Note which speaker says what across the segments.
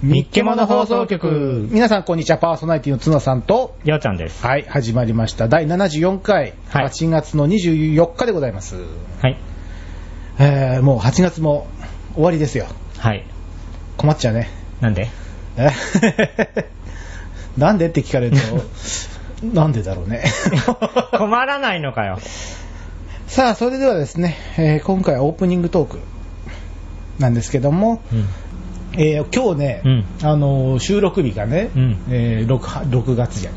Speaker 1: 日けもの放送局
Speaker 2: 皆さんこんにちは、パーソナリティの綱さんと、
Speaker 1: りょうちゃんです。
Speaker 2: はい、始まりました。第74回、
Speaker 1: はい
Speaker 2: 8月の24日でございます。
Speaker 1: はい。
Speaker 2: えー、もう8月も終わりですよ。
Speaker 1: はい。
Speaker 2: 困っちゃうね。
Speaker 1: なんで
Speaker 2: えなんでって聞かれる と、なんでだろうね。
Speaker 1: 困らないのかよ。
Speaker 2: さあ、それではですね、えー今回はオープニングトークなんですけども、
Speaker 1: うん。
Speaker 2: えー今日ね、
Speaker 1: うん
Speaker 2: あのー収録日がね、
Speaker 1: うん
Speaker 2: え 6, 月じゃね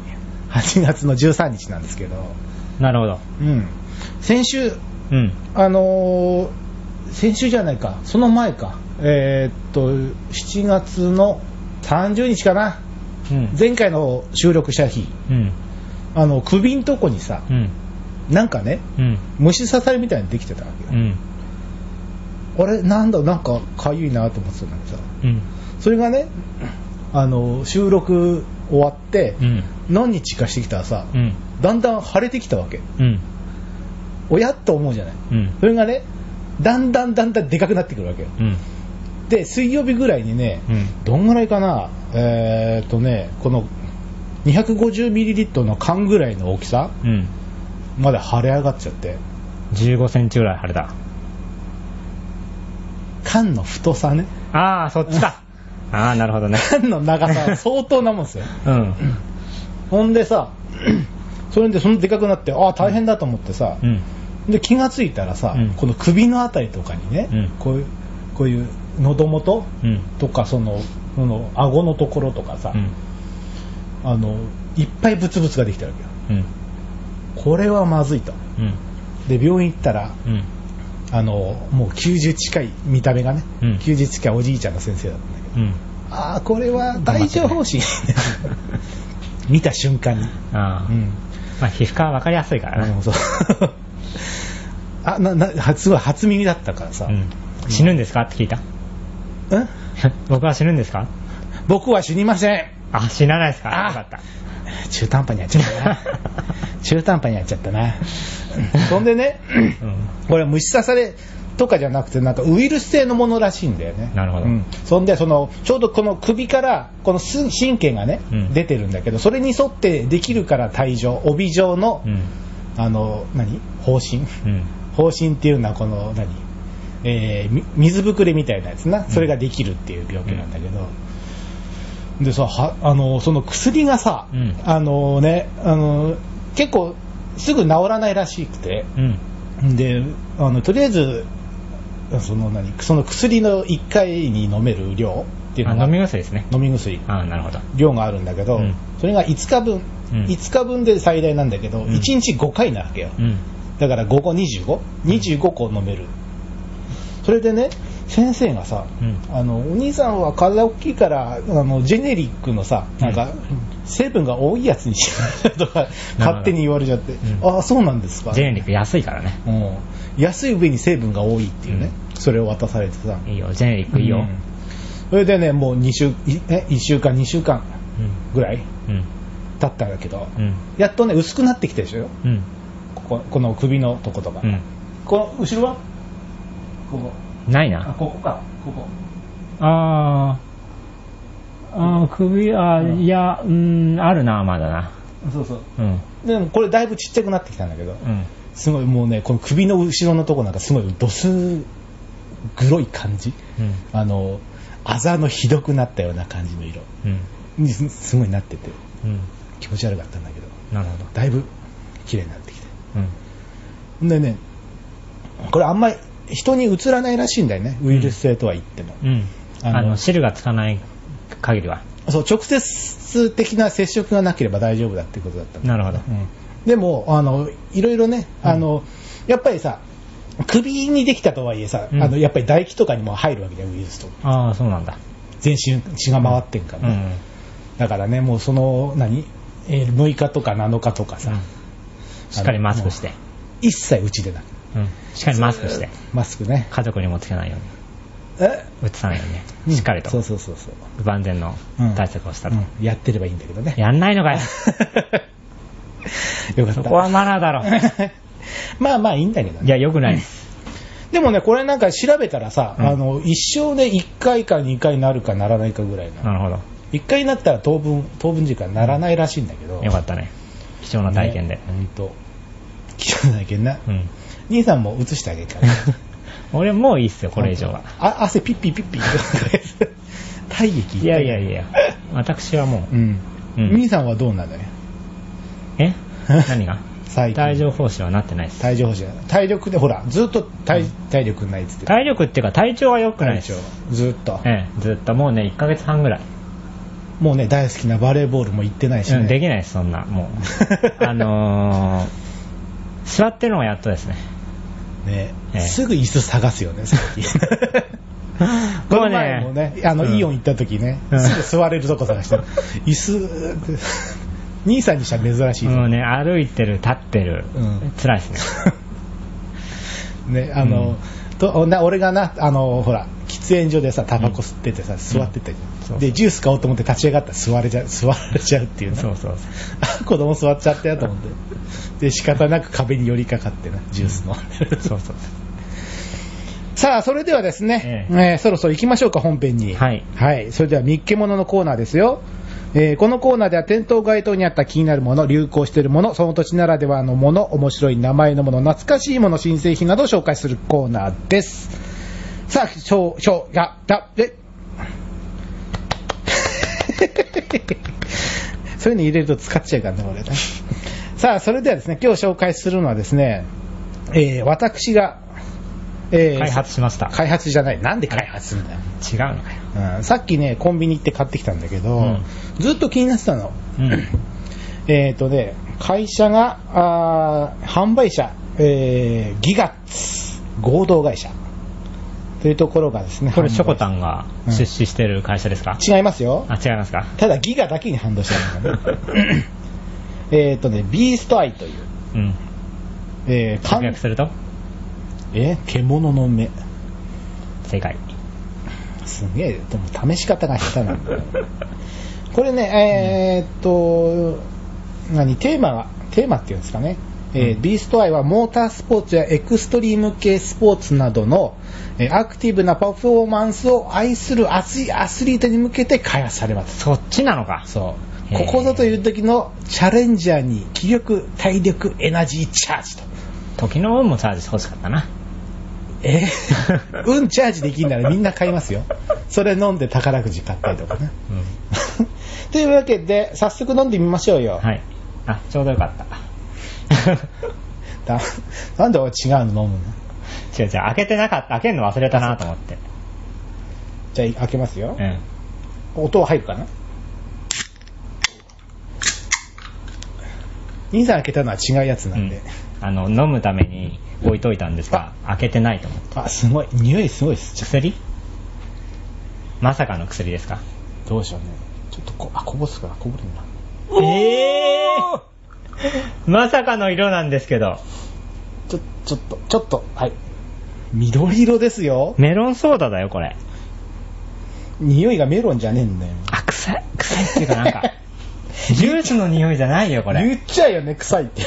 Speaker 2: え8月の13日なんですけど、
Speaker 1: なるほど。
Speaker 2: うん、先週、
Speaker 1: うん。
Speaker 2: あのー先週じゃないか、その前か、えーっと7月の30日かな、
Speaker 1: うん。
Speaker 2: 前回の収録した日、
Speaker 1: うん。
Speaker 2: あの首んとこにさ、
Speaker 1: うん。
Speaker 2: なんかね、
Speaker 1: うん。
Speaker 2: 虫刺されみたいにできてたわけよ。
Speaker 1: うん。
Speaker 2: あれなんだなんかかゆいなと思ってたんだけどさ
Speaker 1: うん。
Speaker 2: それがねあの収録終わって
Speaker 1: うん。
Speaker 2: 何日かしてきたらさ
Speaker 1: うん。
Speaker 2: だんだん腫れてきたわけ
Speaker 1: うん。
Speaker 2: おやっと思うじゃない
Speaker 1: うん。
Speaker 2: それがねだんだんだんだんでかくなってくるわけよ
Speaker 1: うん。
Speaker 2: で水曜日ぐらいにね
Speaker 1: うん。
Speaker 2: どんぐらいかなえーっとねこの 250ml の缶ぐらいの大きさ
Speaker 1: うん。
Speaker 2: まで腫れ上がっちゃって
Speaker 1: 15センチぐらい腫れた。
Speaker 2: 缶の太さね
Speaker 1: あー、そっちか。あー、なるほどね。
Speaker 2: 缶の長さ は相当なもんですよ
Speaker 1: うん。
Speaker 2: ほんでさ、 それでそのでかくなって、ああ、大変だと思ってさ、
Speaker 1: うん。
Speaker 2: で気がついたらさ、
Speaker 1: うん
Speaker 2: この首のあたりとかにね、
Speaker 1: うん
Speaker 2: こういう、こういう喉元
Speaker 1: うん。
Speaker 2: とか、その、その顎のところとかさ、
Speaker 1: うん。
Speaker 2: あの、いっぱいブツブツができてるわけよ。
Speaker 1: うん。
Speaker 2: これはまずいと。
Speaker 1: うん。
Speaker 2: で、病院行ったら、
Speaker 1: うん。
Speaker 2: あの、もう90近い見た目がね、
Speaker 1: うん
Speaker 2: 90近いおじいちゃんの先生だったんだけど、
Speaker 1: うん。
Speaker 2: ああ、これは大丈方針。 見た瞬間に。
Speaker 1: あ
Speaker 2: う
Speaker 1: ー。
Speaker 2: ん
Speaker 1: まあ、皮膚科はわかりやすいから
Speaker 2: うん
Speaker 1: ね。
Speaker 2: そうあなな初は初耳だったからさ、
Speaker 1: うん。死ぬんですかって聞 いた。
Speaker 2: うん
Speaker 1: 僕は死ぬんですか
Speaker 2: 僕は死にません
Speaker 1: あ、死なないですか
Speaker 2: あ
Speaker 1: よかった。
Speaker 2: 中途半端にやっちゃったな 中途半端にやっちゃったなそんでね
Speaker 1: うん。
Speaker 2: これは虫刺されとかじゃなくてなんかウイルス性のものらしいんだよね
Speaker 1: なるほど
Speaker 2: うんそんでそのちょうどこの首からこのす神経がね、
Speaker 1: うん
Speaker 2: 出てるんだけどそれに沿ってできるから帯状帯状の、
Speaker 1: うん。
Speaker 2: あの何方針
Speaker 1: うん。
Speaker 2: 方針っていうのはこの何、えーみ水ぶくれみたいなやつなそれができるっていう病気なんだけど、でさはあのその薬がさ、
Speaker 1: うん
Speaker 2: あのねあの結構すぐ治らないらしくて
Speaker 1: うん。
Speaker 2: であのとりあえずその何その薬の1回に飲める量っていうの
Speaker 1: あ
Speaker 2: が
Speaker 1: 飲み薬ですね。
Speaker 2: 飲み薬
Speaker 1: ああ、なるほど。
Speaker 2: 量があるんだけど、
Speaker 1: うん
Speaker 2: それが5日分、
Speaker 1: うん
Speaker 2: 5日分で最大なんだけど、
Speaker 1: ん
Speaker 2: 1日5回なわけよ、
Speaker 1: うん。
Speaker 2: だから午後25、25個飲める。それでね、先生がさ、
Speaker 1: うん
Speaker 2: あのお兄さんは体大きいからあのジェネリックのさなんか、成分が多いやつにしなさいとか勝手に言われちゃって、
Speaker 1: う
Speaker 2: ああそうなんですか、
Speaker 1: ジェネリック安いからね。
Speaker 2: うん、安い上に成分が多いっていうね、それを渡されてさ、
Speaker 1: いいよ、ジェネリックいいよ。
Speaker 2: うんそれでねもう2週いえ1週間2週間
Speaker 1: うん。
Speaker 2: ぐらい
Speaker 1: うん。
Speaker 2: 経ったんだけど、
Speaker 1: うん。
Speaker 2: やっとね薄くなってきてるでしょ
Speaker 1: うん。
Speaker 2: こここの首のとことか、
Speaker 1: うん。
Speaker 2: この後ろはここ
Speaker 1: ない
Speaker 2: あ
Speaker 1: な。
Speaker 2: ここかここ
Speaker 1: あー。あー首、あー、いや、うーん、あるな、まだな。
Speaker 2: そうそう
Speaker 1: うん。
Speaker 2: でもこれだいぶちっちゃくなってきたんだけど
Speaker 1: うん。
Speaker 2: すごいもうねこの首の後ろのとこなんかすごいドス黒い感じ
Speaker 1: うん。
Speaker 2: あのあざのひどくなったような感じの色
Speaker 1: うん。
Speaker 2: にすすごいなってて
Speaker 1: うん。
Speaker 2: 気持ち悪かったんだけど
Speaker 1: なるほど。
Speaker 2: だいぶ綺麗になってきて
Speaker 1: うん。
Speaker 2: でねこれあんまり人にうつらないらしいんだよねウイルス性とは言っても、
Speaker 1: うん。
Speaker 2: あの
Speaker 1: あの、汁がつかない限りは。
Speaker 2: そう直接的な接触がなければ大丈夫だっていうことだったんだけど
Speaker 1: なるほど。
Speaker 2: でもあのいろいろねあの、やっぱりさ首にできたとはいえさ、
Speaker 1: うん
Speaker 2: あのやっぱり唾液とかにも入るわけじゃんウイルスと
Speaker 1: ああ、そうなんだ。
Speaker 2: 全身血が回ってんから
Speaker 1: う
Speaker 2: ね、
Speaker 1: ん。
Speaker 2: だからねもうその何、えー6日とか7日とかさ、
Speaker 1: うんしっかりマスクして。
Speaker 2: 一切うちでなく
Speaker 1: うん。しっかりマスクして。
Speaker 2: マスクね
Speaker 1: 家族にもつけないように。
Speaker 2: え
Speaker 1: うつさないようにね、しっかりと
Speaker 2: そうそうそうそう、
Speaker 1: 万全の
Speaker 2: うん
Speaker 1: 対策をした
Speaker 2: う
Speaker 1: と、
Speaker 2: んやってればいいんだけどね
Speaker 1: やんないの かよ
Speaker 2: よかった
Speaker 1: そこはマナーだろ
Speaker 2: まあまあいいんだけどね
Speaker 1: いやよくないです、
Speaker 2: ででもね、これなんか調べたらさ、
Speaker 1: うん
Speaker 2: あの一生で1回か2回なるかならないかぐらいな
Speaker 1: なるほど。
Speaker 2: 1回なったら当分当分時間ならないらしいんだけど
Speaker 1: よかったね。貴重な体験で。
Speaker 2: 本当貴重な体験な、
Speaker 1: うん。
Speaker 2: 兄さんも映してあげる から
Speaker 1: 俺もういいっすよ、これ以上は。
Speaker 2: あ汗ピッピピッ ピ体液
Speaker 1: いやいやいや、私はも
Speaker 2: うん、
Speaker 1: う。うん
Speaker 2: 兄さんはどうなのよ
Speaker 1: え何 が
Speaker 2: 最近
Speaker 1: 帯状疱疹はなってないっす。
Speaker 2: 体重保持体力でほらずっと体,、体力ないっつって
Speaker 1: 体力っていうか体調は良くないっ
Speaker 2: 体
Speaker 1: す
Speaker 2: 調。ずっと、
Speaker 1: ええ、ずっともうね、1ヶ月半ぐらい。
Speaker 2: もうね大好きなバレーボールも行ってないしね、
Speaker 1: うん、できないです、そんな。もう。あのー、座ってるのがやっとですね。
Speaker 2: ね、
Speaker 1: ええ
Speaker 2: すぐ椅子探すよね、 最近。 この前もね、あの、
Speaker 1: うん
Speaker 2: イオン行った時ね、
Speaker 1: うん
Speaker 2: すぐ座れるとこ探して、 椅子って、兄さんにしては珍しいぞ
Speaker 1: もうね、歩いてる、立ってる、
Speaker 2: うん
Speaker 1: 辛い ですね。
Speaker 2: ね、あの、とな俺がな、あの、ほら、喫煙所でさ、タバコ吸っててさ、座ってて、
Speaker 1: そう
Speaker 2: で、ジュース買おうと思って立ち上がったら座れちゃう、座られちゃうっていうね
Speaker 1: そうそうそ
Speaker 2: あ 子供座っちゃったよと思って。で、仕方なく壁に寄りかかってな、ジュースの。
Speaker 1: う。そうそう。
Speaker 2: さあ、それではですね、
Speaker 1: え
Speaker 2: えーそろそろ行きましょうか、本編に。
Speaker 1: はい
Speaker 2: それでは、見っけもののコーナーですよ。えーこのコーナーでは、店頭街頭にあった気になるもの、流行しているもの、その土地ならではのもの、面白い名前のもの、懐かしいもの、新製品などを紹介するコーナーです。さあ、しょう、しょう、が、だ、で。 そういうの入れると使っちゃうからね、俺ね。さあ、それではですね、今日紹介するのはですね、えー私が、えー
Speaker 1: 開発しました。
Speaker 2: 開発じゃない。なんで開発するんだよ。
Speaker 1: 違うのかよ。
Speaker 2: うん、さっきね、コンビニ行って買ってきたんだけど、
Speaker 1: うん
Speaker 2: ずっと気になってたの。
Speaker 1: うん。
Speaker 2: えっ、とね、会社が、あー販売者、えーギガッツ合同会社というところがですね、
Speaker 1: これ、
Speaker 2: 販売
Speaker 1: ショコタンが出資してる会社ですか、
Speaker 2: 違いますよ。
Speaker 1: あ、違いますか
Speaker 2: ただギガだけに反応したんだね。 えっとね、ビーストアイという、
Speaker 1: うん。
Speaker 2: えー、かん
Speaker 1: 直訳すると
Speaker 2: えー獣の目。
Speaker 1: 正解。
Speaker 2: すげえ、でも試し方が下手なん だよ。これね、えーっと、何、テーマは、テーマっていうんですかね。えー
Speaker 1: うん
Speaker 2: ビーストアイはモータースポーツやエクストリーム系スポーツなどの、えーアクティブなパフォーマンスを愛する熱いアスリートに向けて開発されます。
Speaker 1: そっちなのか。
Speaker 2: そう。
Speaker 1: へ
Speaker 2: こ
Speaker 1: ー
Speaker 2: こぞという時のチャレンジャーに気力、体力、エナジーチャージと。
Speaker 1: 時の運もチャージしてほしかったな。
Speaker 2: えー うんチャージできるならみんな買いますよ。それ飲んで宝くじ買ったりとかね。
Speaker 1: うん。
Speaker 2: というわけで、早速飲んでみましょうよ。
Speaker 1: はい。あ、ちょうどよかった。
Speaker 2: だなんで俺違うの飲むの
Speaker 1: 違う違う、開けてなかった。開けるの忘れたなと思って。
Speaker 2: じゃあ、開けますよ
Speaker 1: う。ん。
Speaker 2: 音は入るかな兄さん開けたのは違うやつなんで。
Speaker 1: あの、飲むために置いといたんですが、開けてないと思って。
Speaker 2: あ、すごい。匂いすごいです。ちょ
Speaker 1: 薬まさかの薬ですか
Speaker 2: どうしようね。ちょっとこ、あ、こぼすから、こぼれるな。
Speaker 1: えー、まさかの色なんですけど。
Speaker 2: ちょ、ちょっと、ちょっと、はい。緑色ですよ。
Speaker 1: メロンソーダだよ、これ。
Speaker 2: 匂いがメロンじゃねえんだよ。
Speaker 1: あ、臭い。臭いっていうか なんか、 ジュースの匂いじゃないよ、これ。
Speaker 2: 言っちゃうよね、臭いって。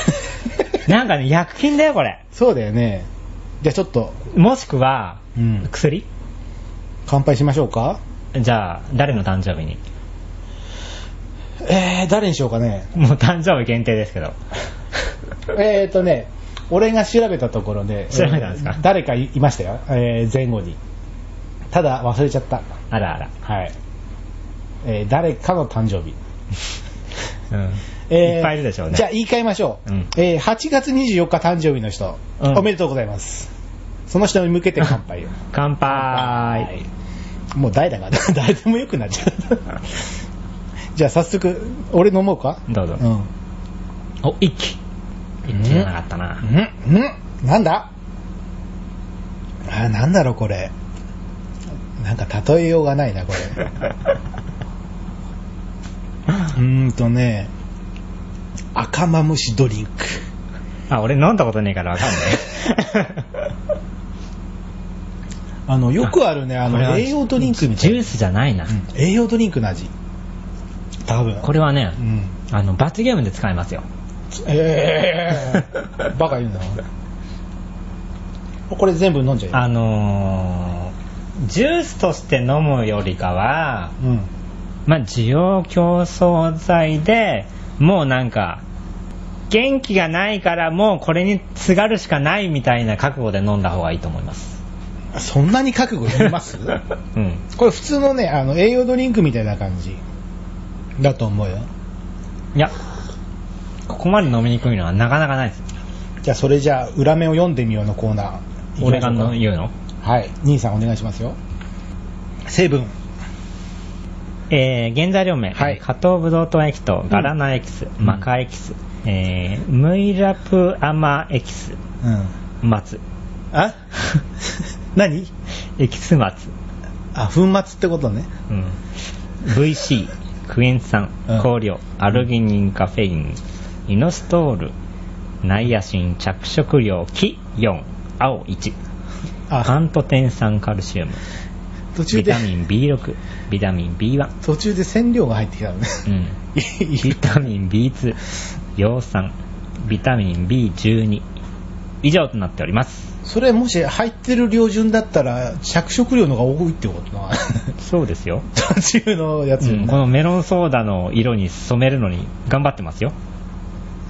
Speaker 1: なんかね、薬品だよ、これ。
Speaker 2: そうだよね。じゃあちょっと、
Speaker 1: もしくは、
Speaker 2: うん
Speaker 1: 薬
Speaker 2: 乾杯しましょうか。
Speaker 1: じゃあ、誰の誕生日に
Speaker 2: えー、誰にしようかね。
Speaker 1: もう誕生日限定ですけど。
Speaker 2: えーとね、俺が調べたところで、
Speaker 1: 調べたんですか
Speaker 2: えー誰かいいましたよ、えー前後に。ただ忘れちゃった。
Speaker 1: あらあら。
Speaker 2: はい。えー誰かの誕生日。
Speaker 1: うん。
Speaker 2: えー
Speaker 1: いっぱいいるでしょうね。
Speaker 2: じゃあ言い換えましょう。
Speaker 1: うん
Speaker 2: えー8月24日誕生日の人、
Speaker 1: うん
Speaker 2: おめでとうございます。その人に向けて乾杯を。
Speaker 1: 乾
Speaker 2: は
Speaker 1: 杯
Speaker 2: い。もう誰だか、誰でもよくなっ ちゃう。 じゃあ早速、俺飲もうか。
Speaker 1: どうぞ。
Speaker 2: うん。
Speaker 1: お、一気。一気じゃなかったな。
Speaker 2: んんなんだあ、なんだろうこれ。なんか例えようがないな、これ。 うーんとね、赤マムシドリンク。
Speaker 1: あ、俺飲んだことねえからわかんない。
Speaker 2: あの、よくあるね、 あ
Speaker 1: これ
Speaker 2: の、
Speaker 1: は
Speaker 2: 栄養ドリンクみた
Speaker 1: ジ
Speaker 2: い
Speaker 1: ュ
Speaker 2: な
Speaker 1: ー。スじゃないな。
Speaker 2: うん栄養ドリンクの味。多分。
Speaker 1: これはね
Speaker 2: う、ん。
Speaker 1: あの、罰ゲームで使えますよ。
Speaker 2: えー、バカ言うな。これ全部飲んじゃうよ。
Speaker 1: あのージュースとして飲むよりかは、
Speaker 2: うん。
Speaker 1: まあ、需要競争剤でもうなんか元気がないからもうこれにすがるしかないみたいな覚悟で飲んだ方がいいと思います
Speaker 2: そんなに覚悟いります
Speaker 1: うん
Speaker 2: これ普通のね、あの、栄養ドリンクみたいな感じだと思うよ。
Speaker 1: いやここまで飲みにくいのはなかなかないです
Speaker 2: じゃあ、それじゃあ、裏面を読んでみようのコーナー。
Speaker 1: 俺がの
Speaker 2: いきましょう
Speaker 1: 言うの
Speaker 2: かはい。兄さんお願いしますよ。成分。
Speaker 1: えー原材料名、
Speaker 2: はい
Speaker 1: 加糖ブドウ糖液とガラナエキス、
Speaker 2: うん
Speaker 1: マカエキス、えームイラプアマエキス
Speaker 2: うん。
Speaker 1: 松
Speaker 2: あ 何
Speaker 1: エキス松、
Speaker 2: あ、粉末ってことね。
Speaker 1: うん、VC クエン酸
Speaker 2: うん
Speaker 1: 香料アルギニンカフェインイノストールナイアシン着色料黄4青1
Speaker 2: あ
Speaker 1: ア、ントテン酸カルシウム
Speaker 2: 途中
Speaker 1: ビ
Speaker 2: で
Speaker 1: タ、ミン B6 ビタミン B1、
Speaker 2: 途中で染料が入ってきたのね。
Speaker 1: うん、 ビタミン B2 葉酸ビタミン B12 以上となっております
Speaker 2: それもし入ってる量順だったら着色料の 方が多いってことな
Speaker 1: そうですよ、
Speaker 2: 途中のやつ
Speaker 1: う
Speaker 2: よね、
Speaker 1: ん、このメロンソーダの色に染めるのに頑張ってますよ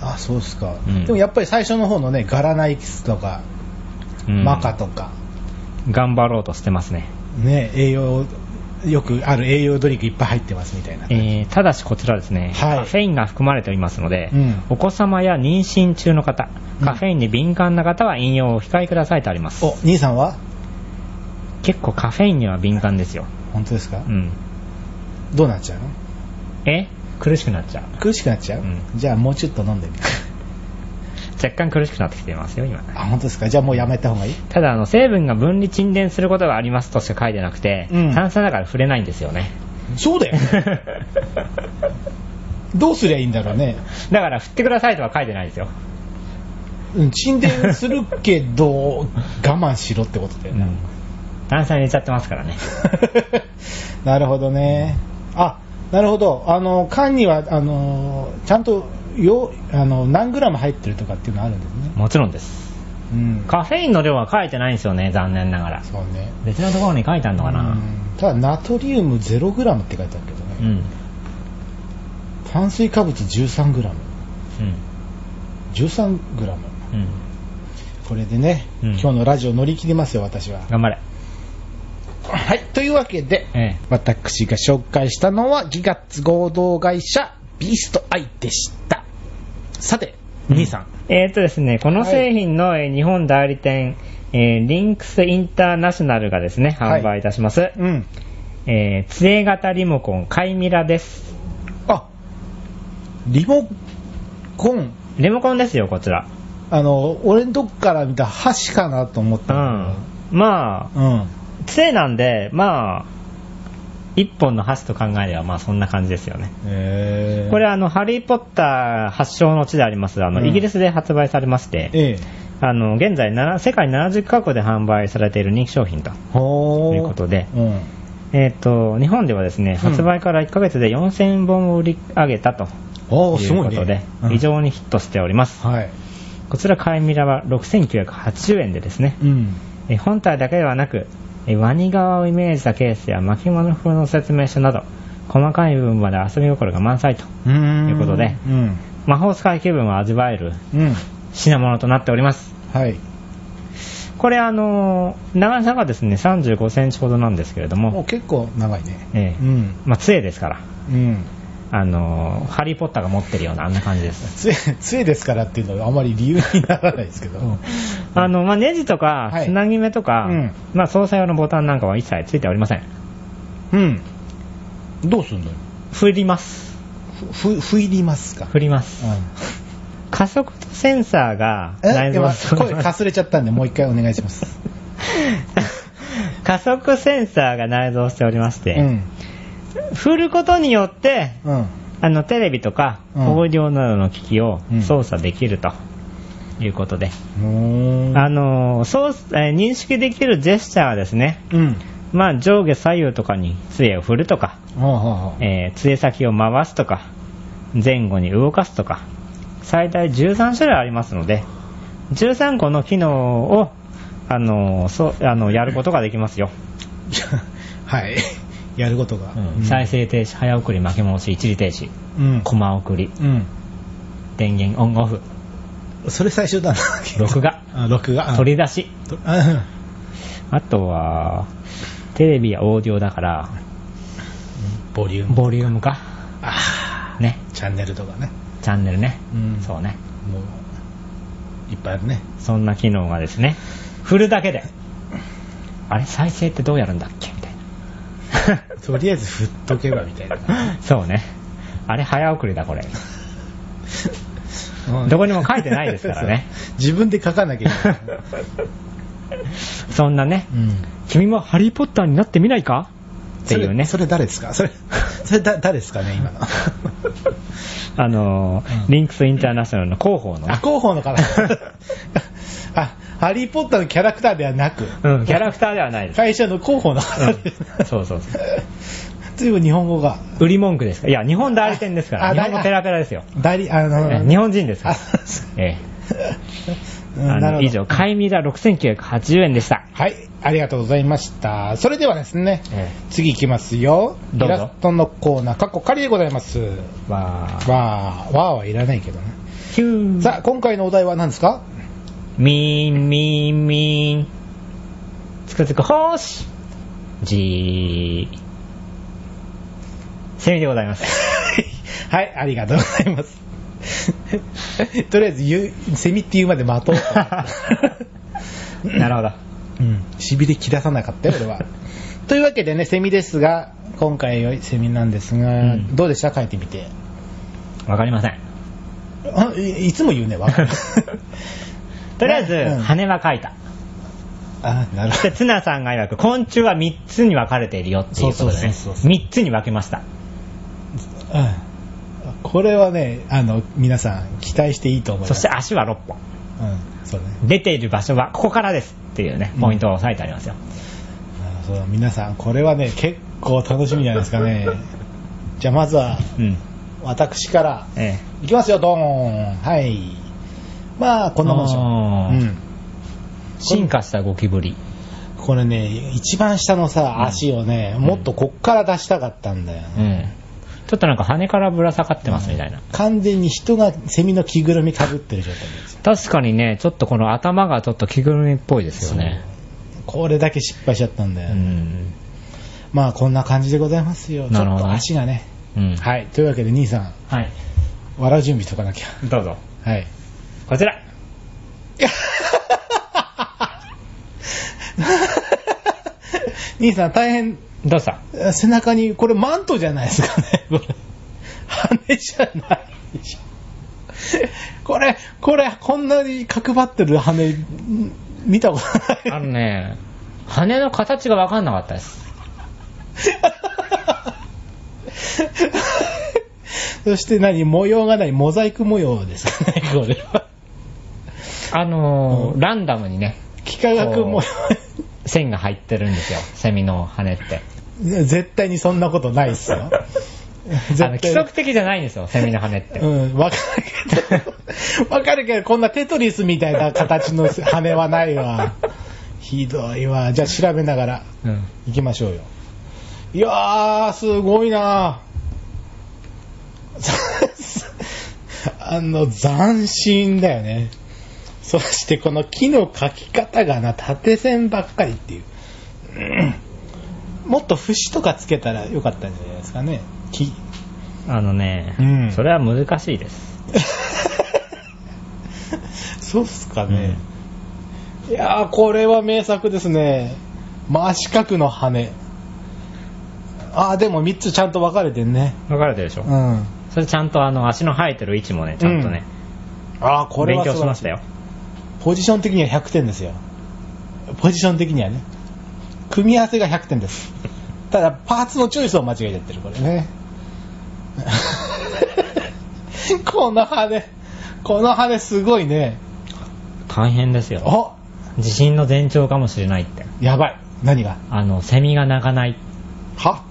Speaker 2: あそうですか、
Speaker 1: うん
Speaker 2: でもやっぱり最初の方のねガラナエキスとか、
Speaker 1: うん
Speaker 2: マカとか
Speaker 1: 頑張ろうとしてますね
Speaker 2: ね栄養よくある栄養ドリンクいっぱい入ってますみたいな、
Speaker 1: えー ただしこちらですね、
Speaker 2: はい
Speaker 1: カフェインが含まれておりますので、
Speaker 2: うん
Speaker 1: お子様や妊娠中の方
Speaker 2: うん
Speaker 1: カフェインに敏感な方は飲用をお控えくださいとあります、
Speaker 2: お兄さんは
Speaker 1: 結構カフェインには敏感ですよ、
Speaker 2: 本当ですか、
Speaker 1: うん、
Speaker 2: どうなっちゃうの
Speaker 1: え苦しくなっちゃう
Speaker 2: 苦しくなっちゃう、
Speaker 1: うん
Speaker 2: じゃあもうちょっと飲んでみる
Speaker 1: 若干苦しくなってきてますよ今
Speaker 2: あ本当ですかじゃあもうやめた方がいい
Speaker 1: ただあの成分が分離沈殿することがありますとしか書いてなくて、
Speaker 2: うん
Speaker 1: 炭酸だから触れないんですよ ね
Speaker 2: そうだよ
Speaker 1: だ
Speaker 2: どうすりゃいいんだろうね
Speaker 1: から振ってくださいとは書いてないですよ、
Speaker 2: うん沈殿するけど我慢しろってことだよね、
Speaker 1: 炭酸入れちゃってますからね
Speaker 2: なるほどね。あ、なるほど。あの、缶には、あの、ちゃんと、よ、あの、何グラム入ってるとかっていうのあるんですね。
Speaker 1: もちろんです
Speaker 2: うん。
Speaker 1: カフェインの量は書いてないんですよね残念ながら
Speaker 2: そうね。
Speaker 1: 別のところに書いてあるのか
Speaker 2: う
Speaker 1: なん
Speaker 2: ただ、ナトリウム0グラムって書いてあるけど
Speaker 1: うん、
Speaker 2: ね。
Speaker 1: うん
Speaker 2: 炭水化物13グラム。13グラム。
Speaker 1: うん
Speaker 2: これでね、
Speaker 1: うん
Speaker 2: 今日のラジオ乗り切りますよ、私は。
Speaker 1: 頑張れ
Speaker 2: はい。というわけで、
Speaker 1: え
Speaker 2: 私が紹介したのはギガッツ合同会社ビーストアイでした。さて、
Speaker 1: うん
Speaker 2: 兄さん。
Speaker 1: ええーっとですねこの製品のえー日本代理店、えーリンクスインターナショナルがですね
Speaker 2: はい
Speaker 1: 販売いたします、
Speaker 2: うん。
Speaker 1: えー、杖型リモコンカイミラです
Speaker 2: あ、リモコン。
Speaker 1: リモコンですよこちら
Speaker 2: あの、俺のとこから見た箸かなと思っ
Speaker 1: う
Speaker 2: た
Speaker 1: ん。まあ
Speaker 2: うん。
Speaker 1: 杖なんでまあ一本の箸と考えればまあそんな感じですよね
Speaker 2: へー
Speaker 1: これはあのハリー・ポッター発祥の地でありますあの、
Speaker 2: うん
Speaker 1: イギリスで発売されまして
Speaker 2: ええ。
Speaker 1: あの現在なら世界70カ国で販売されている人気商品と。
Speaker 2: ほー
Speaker 1: ということで
Speaker 2: うん。
Speaker 1: えっ、と、日本ではですね、発売から1ヶ月で4000本を売り上げたと
Speaker 2: おー、
Speaker 1: い
Speaker 2: す
Speaker 1: う
Speaker 2: ご
Speaker 1: こ
Speaker 2: い
Speaker 1: とで
Speaker 2: ね。、うん
Speaker 1: 非常にヒットしております。
Speaker 2: はい。
Speaker 1: こちら、カイミラは6980円でですね、
Speaker 2: うん。
Speaker 1: えー本体だけではなく、えーワニ側をイメージしたケースや巻物風の説明書など、細かい部分まで遊び心が満載と、
Speaker 2: うーん。
Speaker 1: ということで
Speaker 2: うん。
Speaker 1: 魔法使い気分を味わえる
Speaker 2: うん。
Speaker 1: 品物となっております。
Speaker 2: はい。
Speaker 1: これ、あのー長さがですね、35センチほどなんですけれど
Speaker 2: も
Speaker 1: も
Speaker 2: う、結構長いね。
Speaker 1: ええ
Speaker 2: うん。
Speaker 1: まあ、杖ですから、
Speaker 2: うん。
Speaker 1: あのーハリー・ポッターが持ってるような、あんな感じです。
Speaker 2: 杖、杖ですからっていうのはあまり理由にならないですけど。
Speaker 1: あの、まあ、ネジとか
Speaker 2: は、い
Speaker 1: つなぎ目とか、
Speaker 2: うん
Speaker 1: まあ、操作用のボタンなんかは一切ついておりません。
Speaker 2: うん。どうすんのよ。
Speaker 1: 振ります。
Speaker 2: ふ、ふ、ふいりますか。
Speaker 1: 振ります。
Speaker 2: うん。
Speaker 1: 加速度センサーが
Speaker 2: え、で
Speaker 1: 内蔵
Speaker 2: も
Speaker 1: され
Speaker 2: 声
Speaker 1: ます
Speaker 2: かすれちゃったんで、もう一回お願いします。
Speaker 1: 加速センサーが内蔵しておりまして、
Speaker 2: うん。
Speaker 1: 振ることによって、
Speaker 2: うん。
Speaker 1: あの、テレビとか、
Speaker 2: うん
Speaker 1: オーディオなどの機器を
Speaker 2: うん
Speaker 1: 操作できると。いうことで、
Speaker 2: うーん
Speaker 1: あの操作えー認識できるジェスチャーはですね、
Speaker 2: うん。
Speaker 1: まあ、上下左右とかに杖を振るとか、
Speaker 2: ほうほうほう
Speaker 1: えー杖先を回すとか前後に動かすとか最大13種類ありますので13個の機能をあのそうあのやることができますよ、
Speaker 2: はい。 やることが。
Speaker 1: うん再生停止早送り負け戻し一時停止
Speaker 2: うん。
Speaker 1: コマ送り
Speaker 2: うん。
Speaker 1: 電源オンオフ
Speaker 2: それ最初だな。
Speaker 1: 録画。
Speaker 2: あ、録画。あ
Speaker 1: 取り出し
Speaker 2: とあ
Speaker 1: あとはテレビやオーディオだから
Speaker 2: うんボリューム。
Speaker 1: ボリュームか
Speaker 2: あ
Speaker 1: ね
Speaker 2: あ。チャンネルとかね。
Speaker 1: チャンネルね、
Speaker 2: うん
Speaker 1: そうね
Speaker 2: もう、いっぱいある ね。
Speaker 1: そんな機能がですね振るだけであれ再生ってどうやるんだっけみたい
Speaker 2: とりあえず振っとけばみたいな。
Speaker 1: なそうねあれ早送りだこれ
Speaker 2: うん
Speaker 1: どこにも書いてないですからね。
Speaker 2: そう自分で書かなきゃいけ ない。
Speaker 1: そんなね
Speaker 2: うん。
Speaker 1: 君もハリー・ポッターになってみないかっていうね
Speaker 2: それそれ誰ですか それ、それだ誰ですかね、今の。
Speaker 1: あのー
Speaker 2: うん
Speaker 1: リンクスインターナショナルの広報のね
Speaker 2: あ、広報の 方。あ、ハリー・ポッターのキャラクターではなく、
Speaker 1: うん、キャラクターではないです。
Speaker 2: 会社の広報の方です。
Speaker 1: うんそうそうそう。
Speaker 2: 随分日本語が、
Speaker 1: 売り文句ですから。いや、日本代理店ですから。
Speaker 2: あ
Speaker 1: 日本語ペラペラですよ。
Speaker 2: 代理、あの、
Speaker 1: え日本人ですか
Speaker 2: あ
Speaker 1: ら。え え
Speaker 2: うん
Speaker 1: あ
Speaker 2: なるほ
Speaker 1: の
Speaker 2: ど
Speaker 1: 以上、買い身が6980円でした。
Speaker 2: はい、ありがとうございました。それではですね、
Speaker 1: え
Speaker 2: 次いきますよ。イ
Speaker 1: どうぞ
Speaker 2: ラストのコーナー、カッコ仮でございます。
Speaker 1: えわー。
Speaker 2: わー、わーはいらないけどね。
Speaker 1: ヒュー。
Speaker 2: さあ、今回のお題は何ですか
Speaker 1: みーん、みーん、みーん。つくつく、ほーし。じー。セミでござ います。
Speaker 2: はい、ありがとうございます。 とりあえず言う、セミって言うまで待とう。
Speaker 1: なるほど。
Speaker 2: うん、痺れ切らさなかったよ、俺は。というわけでね、セミですが、今回はセミなんですが、
Speaker 1: うん
Speaker 2: どうでした書いてみて。
Speaker 1: わかりません。
Speaker 2: あいいつも言うね、わ かる
Speaker 1: とりあえず、
Speaker 2: うん
Speaker 1: 羽は描いた。
Speaker 2: あ、なる
Speaker 1: そし
Speaker 2: ほど
Speaker 1: て。ツナさんが曰く昆虫は3つに分かれているよっていうこと
Speaker 2: そう
Speaker 1: で
Speaker 2: そう
Speaker 1: ね
Speaker 2: そうそう
Speaker 1: 3つに分けました
Speaker 2: うんこれはね、あの、皆さん期待していいと思い
Speaker 1: そ
Speaker 2: ます。
Speaker 1: して足は6本
Speaker 2: うん、そうね。
Speaker 1: 出ている場所はここからですっていうねポイントを押さえてありますよ、
Speaker 2: あそう皆さん、これはね、結構楽しみじゃないですかね。じゃあ、まずは、
Speaker 1: うん
Speaker 2: 私から、
Speaker 1: え
Speaker 2: いきますよ、ドーン。はい。まあ、こんなもんでし
Speaker 1: あー
Speaker 2: ょ。うん。
Speaker 1: え、進化したゴキブリ
Speaker 2: これね、一番下のさ、足をね、もっとこっから出したかったんだよね。
Speaker 1: うんちょっとなんか羽からぶら下がってますみたいな、
Speaker 2: 完全に人がセミの着ぐるみかぶってる状態ですよ。
Speaker 1: 確かにねちょっとこの頭がちょっと着ぐるみっぽいですよね
Speaker 2: これだけ失敗しちゃったんだ
Speaker 1: う
Speaker 2: よ。
Speaker 1: ん、
Speaker 2: まあ、こんな感じでございますよ。ち
Speaker 1: なる
Speaker 2: ょっ
Speaker 1: ほど
Speaker 2: と足がね。
Speaker 1: うん、い、
Speaker 2: はい。というわけで、兄さん、
Speaker 1: はい、
Speaker 2: 笑う準備しとかなきゃ。
Speaker 1: どうぞ
Speaker 2: はい。
Speaker 1: こちら
Speaker 2: 兄さん、大変、
Speaker 1: どうした
Speaker 2: 背中に、これマントじゃないですかね。 これ。羽じゃないでしょ。これ、これ、こんなに角張ってる羽、ん見たこと
Speaker 1: あ
Speaker 2: ない。
Speaker 1: のね羽の形が分かんなかった です
Speaker 2: そして何模様がないモザイク模様ですか ね、これは。
Speaker 1: あのー
Speaker 2: うん
Speaker 1: ランダムにね
Speaker 2: 幾何学模様。
Speaker 1: 線が入ってるんですよ、セミの羽って。
Speaker 2: 絶対にそんなことないっす よ。絶
Speaker 1: あの規則的じゃないんですよ、セミの羽って。
Speaker 2: うん、わかるけど、わかるけど、こんなテトリスみたいな形の羽はないわ。ひどいわ。じゃあ調べながら
Speaker 1: うん
Speaker 2: 行きましょうよ。いやー、すごいな あの、斬新だよね。そしてこの木の描き方がな、縦線ばっかりっていう。うんもっと節とかつけたらよかったんじゃないですかね。木
Speaker 1: あのね、
Speaker 2: うん
Speaker 1: それは難しいです。
Speaker 2: そうっすかね。いやー、これは名作ですね。真四角の羽。あー、でも3つちゃんと分かれてんね。
Speaker 1: 分かれてるでしょ、
Speaker 2: うん。
Speaker 1: それちゃんとあの足の生えてる位置もね、ちゃんとね、
Speaker 2: あー、これ
Speaker 1: 勉
Speaker 2: は
Speaker 1: 強しまし
Speaker 2: 素晴
Speaker 1: た
Speaker 2: ら
Speaker 1: よ
Speaker 2: い。。ポジション的には100点ですよ。ポジション的にはね。組み合わせが100点です。ただ、パーツのチョイスを間違えちゃってる、これね。 この羽、この羽すごいね。
Speaker 1: 大変ですよ。
Speaker 2: お
Speaker 1: 地震の前兆かもしれないって。
Speaker 2: やばい。何が
Speaker 1: あの、セミが鳴かない。
Speaker 2: は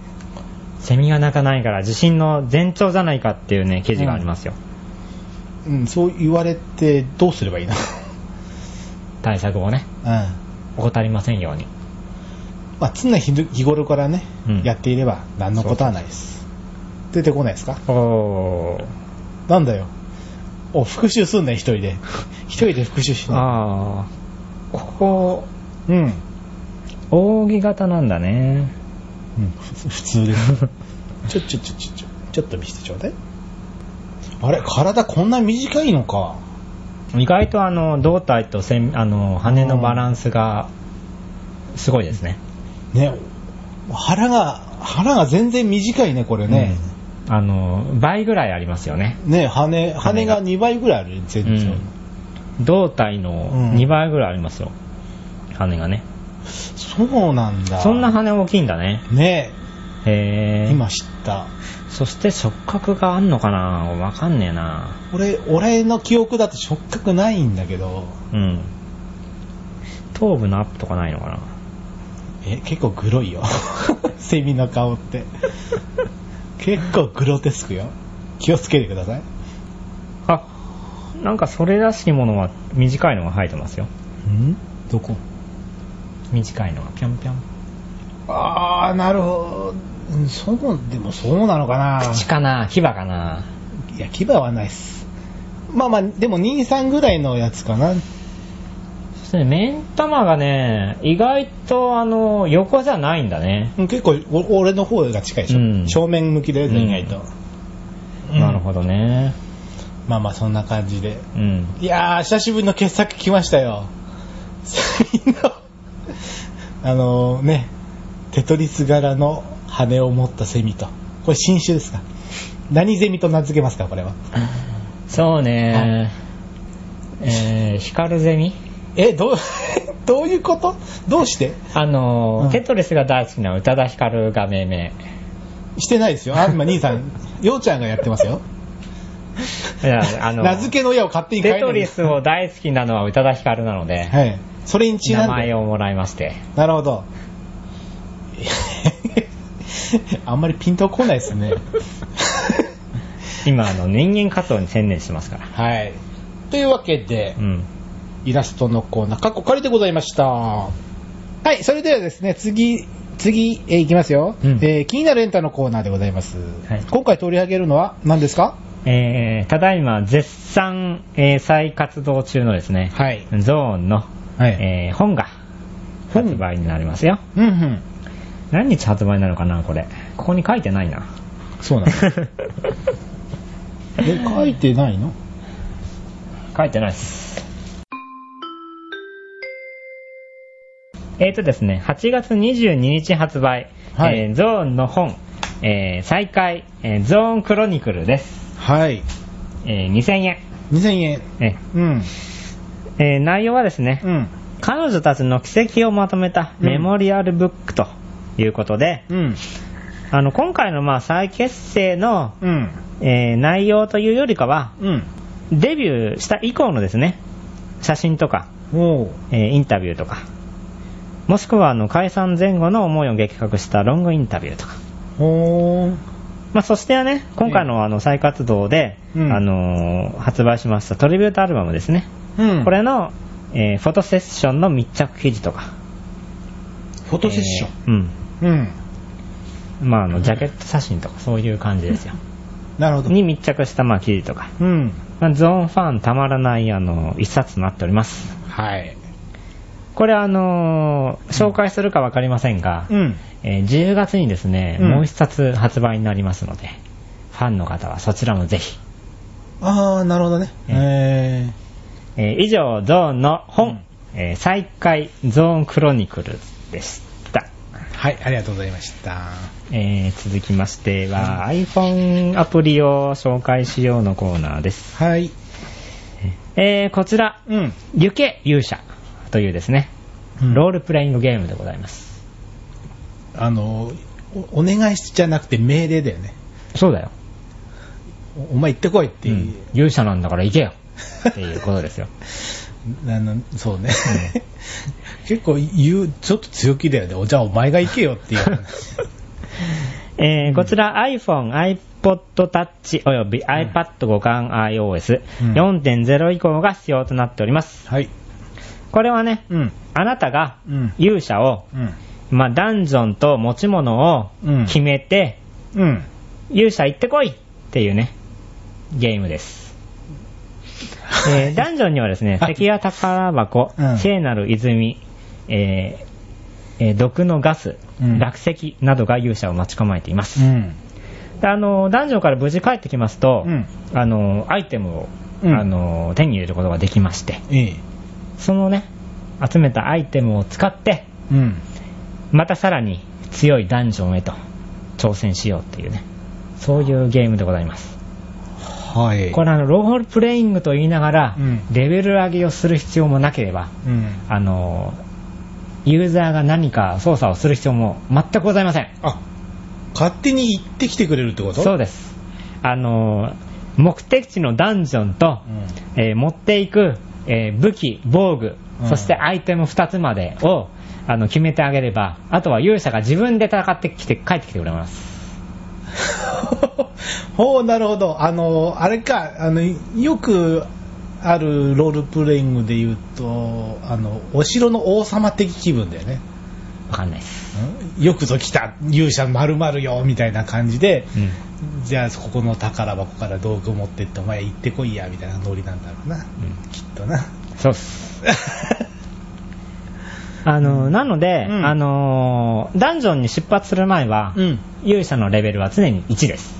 Speaker 1: セミが鳴かないから地震の前兆じゃないかっていうね、記事がありますよ。
Speaker 2: うん、そう言われてどうすればいいの
Speaker 1: 対策をね。
Speaker 2: うん。
Speaker 1: 怠りませんように。
Speaker 2: まあ、常日頃からね、
Speaker 1: うん
Speaker 2: やっていれば何のことはないです。出てこないですか
Speaker 1: おー。
Speaker 2: なんだよ。お、復習すんね一 人で。一人で復習しな
Speaker 1: ああ。こ
Speaker 2: い。うん。うん
Speaker 1: こ、扇形なんだね。
Speaker 2: ふ普通です。 ちょ、ちょ、ちょ、ちょ、ちょ、ちょっと見せてちょうだい。あれ、体こんな短いのか。
Speaker 1: 意外とあの、胴体とせんあの羽のバランスが、すごいですね。
Speaker 2: ね、腹が、腹が全然短いね、これね。
Speaker 1: うんあの、倍ぐらいありますよね。
Speaker 2: ね、羽、羽
Speaker 1: 羽
Speaker 2: が
Speaker 1: が
Speaker 2: 2倍ぐらいあるよ、全然。
Speaker 1: うん胴体
Speaker 2: うん
Speaker 1: の2倍ぐらいありますよ。羽がね。
Speaker 2: そうなんだ。
Speaker 1: そんな羽大きいんだね。
Speaker 2: ね
Speaker 1: へえ。
Speaker 2: 今知った。
Speaker 1: そして触覚があんのかなわかんねえな。
Speaker 2: 俺、俺の記憶だと触覚ないんだけど、
Speaker 1: うん。頭部のアップとかないのかな
Speaker 2: え、結構グロ いよ。セミの顔って。結構グロテスクよ。気をつけてください。
Speaker 1: あ、なんかそれらしいものは短いのが生えてますよ。
Speaker 2: んどこ
Speaker 1: 短いのがぴょんぴょん。
Speaker 2: あー、なるほど。うんそう、でもそうなのかな
Speaker 1: 口かな牙かない
Speaker 2: や、牙はないっす。まあまあ、でも2、3ぐらいのやつかな。
Speaker 1: そしてね、目ん玉がね、意外とあの、横じゃないんだね。
Speaker 2: うん結構お俺の方が近いでしょ、
Speaker 1: うん
Speaker 2: 正面向きだよね意外と、うん
Speaker 1: なるほどね。
Speaker 2: まあまあそんな感じで
Speaker 1: うん。
Speaker 2: いやー久しぶりの傑作来ましたよ みんなあのねテトリス柄の羽を持ったセミとこれ新種ですか何ゼミと名付けますかこれは
Speaker 1: そうね。えー、光ゼミ
Speaker 2: えどう どういうことどうして
Speaker 1: あの、
Speaker 2: うん
Speaker 1: テトリスが大好きな宇多田ヒカルが命名。
Speaker 2: してないですよあ今兄さんようちゃんがやってますよ
Speaker 1: いやあ の
Speaker 2: 名付けの親を勝手に変え
Speaker 1: テ
Speaker 2: ない
Speaker 1: トリスを大好きなのは宇多田ヒカルなので、
Speaker 2: はいそれにちな
Speaker 1: 名
Speaker 2: んで
Speaker 1: 前をもらいまして。
Speaker 2: なるほど。 あんまりピンとこないです ね。
Speaker 1: 今、あの、人間活動に専念してますから。
Speaker 2: はい。というわけで
Speaker 1: う、ん。
Speaker 2: イラストのコーナー、かっこ仮でございました。はい、それではですね、次、次、えーいきますよ、
Speaker 1: うん
Speaker 2: えー気になるエンタのコーナーでございます。
Speaker 1: はい
Speaker 2: 今回取り上げるのは何ですか
Speaker 1: えー、ただいま、絶賛、えー再活動中のですね、
Speaker 2: はい
Speaker 1: ゾーンの、
Speaker 2: はい
Speaker 1: えー本が
Speaker 2: 本
Speaker 1: 発売になりますよ。
Speaker 2: うんうん。
Speaker 1: 何日発売なのかな、これ。ここに書いてないな。
Speaker 2: そうなん です。え、書いてないの
Speaker 1: 書いてないです。えーとですね、8月22日発売、
Speaker 2: はい
Speaker 1: えーゾーンの本、えー再開、えーゾーンクロニクルです。
Speaker 2: はい。
Speaker 1: えー2000円。
Speaker 2: 2000円。
Speaker 1: え
Speaker 2: うん。
Speaker 1: ーえー内容はですね、
Speaker 2: うん。
Speaker 1: 彼女たちの奇跡をまとめた
Speaker 2: うん
Speaker 1: メモリアルブックということで、
Speaker 2: うん。
Speaker 1: あの今回のまあ再結成の、
Speaker 2: うん。
Speaker 1: えー内容というよりかは、
Speaker 2: うん。
Speaker 1: デビューした以降のですね、写真とか、
Speaker 2: おう。
Speaker 1: えーインタビューとか、もしくはあの解散前後の思いを激白したロングインタビューとか、
Speaker 2: ほー。
Speaker 1: まあ、そしてはね、今回のあの再活動で、
Speaker 2: うん
Speaker 1: あのー発売しましたトリビュートアルバムですね、
Speaker 2: うん
Speaker 1: これの、えーフォトセッションの密着記事とか、
Speaker 2: フォトセッション。
Speaker 1: えーうん
Speaker 2: うん。
Speaker 1: まあ、あのジャケット写真とかそういう感じですよ、
Speaker 2: なるほど。
Speaker 1: に密着したまあ記事とか、
Speaker 2: うん。
Speaker 1: まあ、ゾーンファンたまらないあの一冊となっております。
Speaker 2: はい。
Speaker 1: これ、あのー紹介するか分かりませんが、
Speaker 2: うん。
Speaker 1: えー10月にですね、
Speaker 2: うん
Speaker 1: もう一冊発売になりますので、ファンの方はそちらもぜひ。
Speaker 2: あー、なるほどね。え
Speaker 1: えー以上、ゾーンの本、えー再開ゾーンクロニクルでした。
Speaker 2: ー、はい、ありがとうございました。
Speaker 1: えー続きましては、iPhone アプリを紹介しようのコーナーです。
Speaker 2: はい。
Speaker 1: えーこちら、
Speaker 2: うん。
Speaker 1: ゆけ勇者というですね、ロールプレイングゲームでございます。
Speaker 2: あの、おお願いじゃなくて命令だよね。
Speaker 1: そうだよ。
Speaker 2: おお前行ってこいって
Speaker 1: う
Speaker 2: い
Speaker 1: ん
Speaker 2: う。
Speaker 1: 勇者なんだから行けよ。っていうことですよ。
Speaker 2: あのそうね。 結構言う、ちょっと強気だよね。おじゃあお前が行けよっていう話。
Speaker 1: えーこちら iPhone、iPod Touch および iPad 互換 iOS4.0 以降が必要となっております。
Speaker 2: はい。
Speaker 1: これはね、
Speaker 2: うん。
Speaker 1: あなたが
Speaker 2: うん
Speaker 1: 勇者を、
Speaker 2: うん。
Speaker 1: まあ、ダンジョンと持ち物を
Speaker 2: うん
Speaker 1: 決めて、
Speaker 2: うん。
Speaker 1: 勇者行ってこいっていうね、ゲームです。えーダンジョンにはですね、
Speaker 2: はい
Speaker 1: 敵や宝箱、
Speaker 2: うん
Speaker 1: 聖なる泉、えーえー毒のガス、
Speaker 2: うん
Speaker 1: 落石などが勇者を待ち構えています。
Speaker 2: うん。
Speaker 1: であのダンジョンから無事帰ってきますと、
Speaker 2: うん
Speaker 1: あのアイテムを、
Speaker 2: うん
Speaker 1: あの手に入れることができまして、
Speaker 2: ええ。
Speaker 1: そのね、集めたアイテムを使って、
Speaker 2: うん。
Speaker 1: またさらに強いダンジョンへと挑戦しようっていうね、そういうゲームでございます。
Speaker 2: はい。
Speaker 1: これあの、ロールプレイングと言いながら、
Speaker 2: うん
Speaker 1: レベル上げをする必要もなければ、
Speaker 2: うん。
Speaker 1: あの、ユーザーが何か操作をする必要も全くございません。
Speaker 2: あ、勝手に行ってきてくれるってこと
Speaker 1: そう
Speaker 2: で
Speaker 1: です。あの、目的地のダンジョンと、
Speaker 2: う
Speaker 1: えー持っていく、えー武器、防具
Speaker 2: う、ん
Speaker 1: そしてアイテム2つまでを、あの決めてあげれば、あとは勇者が自分で戦ってきて帰ってきてくれます。
Speaker 2: ん。 ほう、なるほど。あの、あれか、あの、よく、あるロールプレイングで言うと、あの、お城の王様的気分だよね。
Speaker 1: わかんないです。
Speaker 2: んよくぞ来た、勇者まるよ、みたいな感じで、
Speaker 1: うん
Speaker 2: じゃあここの宝箱から道具持ってってお前行ってこいやみたいなノリなんだろうな、きっと な
Speaker 1: そうっす。あの、なので、
Speaker 2: うん
Speaker 1: あのーダンジョンに出発する前は、
Speaker 2: うん
Speaker 1: 勇者のレベルは常に1です。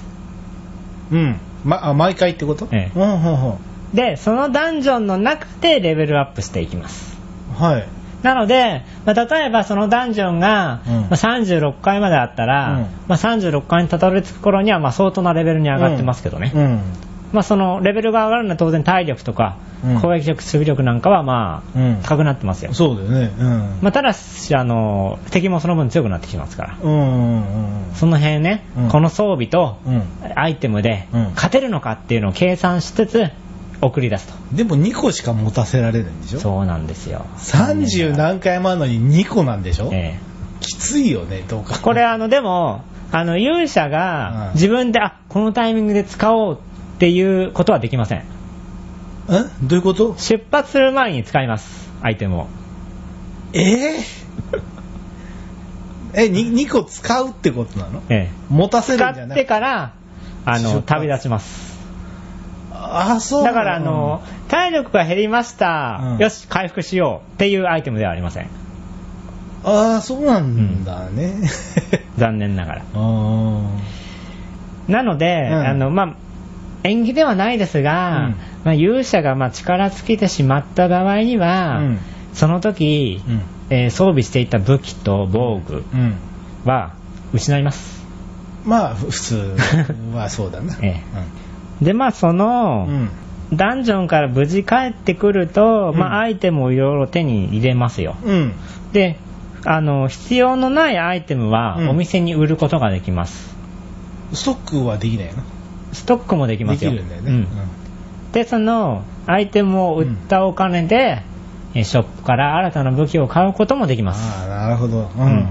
Speaker 2: うんまあ毎回ってこと、
Speaker 1: え
Speaker 2: う
Speaker 1: え
Speaker 2: んうんうん
Speaker 1: で、そのダンジョンの中でレベルアップしていきます。
Speaker 2: はい
Speaker 1: なので、まあ、例えばそのダンジョンが、
Speaker 2: うん
Speaker 1: まあ、36回まであったら、
Speaker 2: うん
Speaker 1: まあ、36回にたどり着く頃にはまあ相当なレベルに上がってますけどね、
Speaker 2: うん
Speaker 1: まあ、そのレベルが上がるのは当然体力とか、
Speaker 2: うん
Speaker 1: 攻撃力、守備力なんかはまあ、
Speaker 2: うん
Speaker 1: 高くなってますよ、
Speaker 2: そうだよねうん、
Speaker 1: まあ、ただしあの敵もその分強くなってきますから、
Speaker 2: うんうんうん
Speaker 1: その辺ね、
Speaker 2: うん
Speaker 1: この装備と
Speaker 2: うん
Speaker 1: アイテムで
Speaker 2: うん
Speaker 1: 勝てるのかっていうのを計算しつつ送り出す
Speaker 2: でも2個しか持たせられないんでし
Speaker 1: と
Speaker 2: ょ
Speaker 1: そうなんですよ
Speaker 2: 30何回もあるのに2個なんでしょ、
Speaker 1: ええ
Speaker 2: きついよねどうか
Speaker 1: これあのでもあの勇者が
Speaker 2: うん
Speaker 1: 自分で、あこのタイミングで使おうっていうことはできません
Speaker 2: んどういうこと
Speaker 1: 出発する前に使いますアイテムを
Speaker 2: ええ えに 2, 個使うってことなの
Speaker 1: え
Speaker 2: 持た
Speaker 1: え
Speaker 2: せ
Speaker 1: 使
Speaker 2: るんじゃ
Speaker 1: っ
Speaker 2: な
Speaker 1: て
Speaker 2: い
Speaker 1: からあ
Speaker 2: 出
Speaker 1: の
Speaker 2: 発
Speaker 1: 旅立ちます
Speaker 2: ああそうな
Speaker 1: だ
Speaker 2: の
Speaker 1: からあの体力が減りました、
Speaker 2: うん
Speaker 1: よし回復しようっていうアイテムではありません
Speaker 2: ああそうなんだね、
Speaker 1: 残念ながら
Speaker 2: あ
Speaker 1: なので、
Speaker 2: うん
Speaker 1: あのまあ縁起ではないですが、
Speaker 2: うん
Speaker 1: まあ、勇者がまあ力尽きてしまった場合には、
Speaker 2: うん
Speaker 1: その時、
Speaker 2: うん
Speaker 1: えー装備していた武器と防具
Speaker 2: あうん
Speaker 1: は失います、
Speaker 2: まあふ普通はそうだな
Speaker 1: えでまあそ
Speaker 2: うん
Speaker 1: の、
Speaker 2: うん
Speaker 1: ダンジョンから無事帰ってくると、
Speaker 2: うん
Speaker 1: まあ、アイテムをいろいろ手に入れますよ
Speaker 2: うん
Speaker 1: であの必要のないアイテムは
Speaker 2: うん
Speaker 1: お店に売ることができます、
Speaker 2: ストックはできないよな
Speaker 1: ストックもできますよ
Speaker 2: できるんだよね、
Speaker 1: う
Speaker 2: うんん
Speaker 1: でそのアイテムを売ったお金で、えーショップから新たな武器を買うこともできま
Speaker 2: あ
Speaker 1: す、
Speaker 2: あなるほどうん、
Speaker 1: うん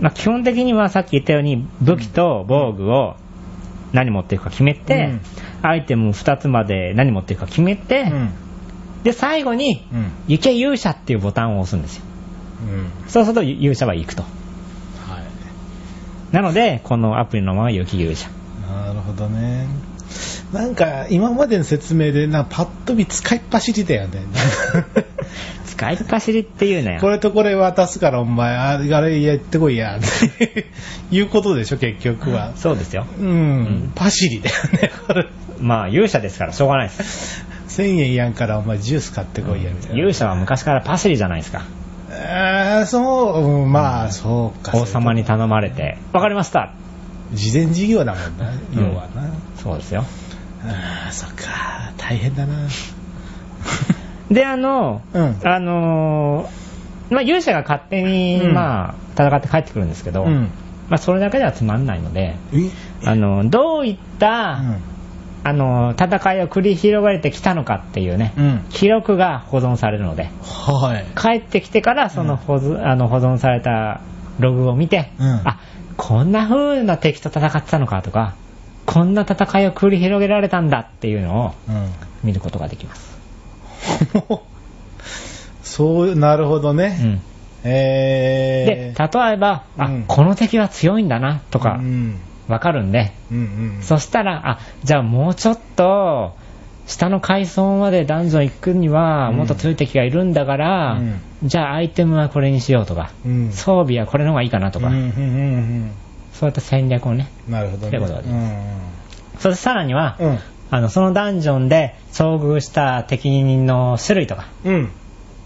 Speaker 1: まあ、基本的にはさっき言ったように武器と防具を何持っていくか決めて、アイテム2つまで何持っていくか決めて、
Speaker 2: うん
Speaker 1: で最後に
Speaker 2: うん
Speaker 1: 「行け勇者」っていうボタンを押すんですよ
Speaker 2: うん
Speaker 1: そうすると勇者は行くと
Speaker 2: はい
Speaker 1: なのでこのアプリのまま雪勇者
Speaker 2: なるほどねなんか今までの説明でなパッと見使いっ走りだよ ね
Speaker 1: 使いっ走りっていうね
Speaker 2: これとこれ渡すからお前あれあれやってこいや っていうことでしょ結局は
Speaker 1: そうですよ
Speaker 2: うん、
Speaker 1: うん
Speaker 2: パシリだよね、 これ。
Speaker 1: まあ勇者ですからしょうがな いです
Speaker 2: 1000円やんからお前ジュース買ってこいや、みたいな。
Speaker 1: 勇者は昔からパシリじゃないですか
Speaker 2: あーそう、うんまあ、そうか。
Speaker 1: 王様に頼まれて分かりました
Speaker 2: 事前事業だもんな、
Speaker 1: うん
Speaker 2: 要はな。
Speaker 1: そうですよ
Speaker 2: ああ、そっか、大変だ な。
Speaker 1: であの、
Speaker 2: うん
Speaker 1: あのーまあ勇者が勝手に、
Speaker 2: うん
Speaker 1: まあ戦って帰ってくるんですけど、
Speaker 2: うん
Speaker 1: まあそれだけではつまんないので
Speaker 2: え
Speaker 1: あのどういった、あの戦いを繰り広げてきたのかっていうね、
Speaker 2: うん
Speaker 1: 記録が保存されるので
Speaker 2: はい。
Speaker 1: 帰ってきてからその保存,、あの保存されたログを見て、
Speaker 2: うん
Speaker 1: あこんな風な敵と戦ってたのかとかこんな戦いを繰り広げられたんだっていうのを
Speaker 2: うん。
Speaker 1: 見ることができます
Speaker 2: もうそういう、なるほど
Speaker 1: う
Speaker 2: ね。
Speaker 1: んで、
Speaker 2: えー。
Speaker 1: 例えば、あ、
Speaker 2: うん
Speaker 1: この敵は強いんだな、とか
Speaker 2: う、ん。
Speaker 1: わかるんで、
Speaker 2: うんうん。
Speaker 1: そしたら、あ、じゃあもうちょっと、下の階層までダンジョン行くには、
Speaker 2: うん
Speaker 1: もっと強い敵がいるんだから、
Speaker 2: うん
Speaker 1: じゃあアイテムはこれにしようとか、
Speaker 2: うん。
Speaker 1: 装備はこれの方がいいかなとか、
Speaker 2: うんうんうん
Speaker 1: そういった戦略をね。
Speaker 2: うん。なるほど
Speaker 1: って
Speaker 2: ね。
Speaker 1: ことだね
Speaker 2: う
Speaker 1: そしてさらには、
Speaker 2: んうん。
Speaker 1: あの、そのダンジョンで遭遇した敵の種類とか、
Speaker 2: うん。うん。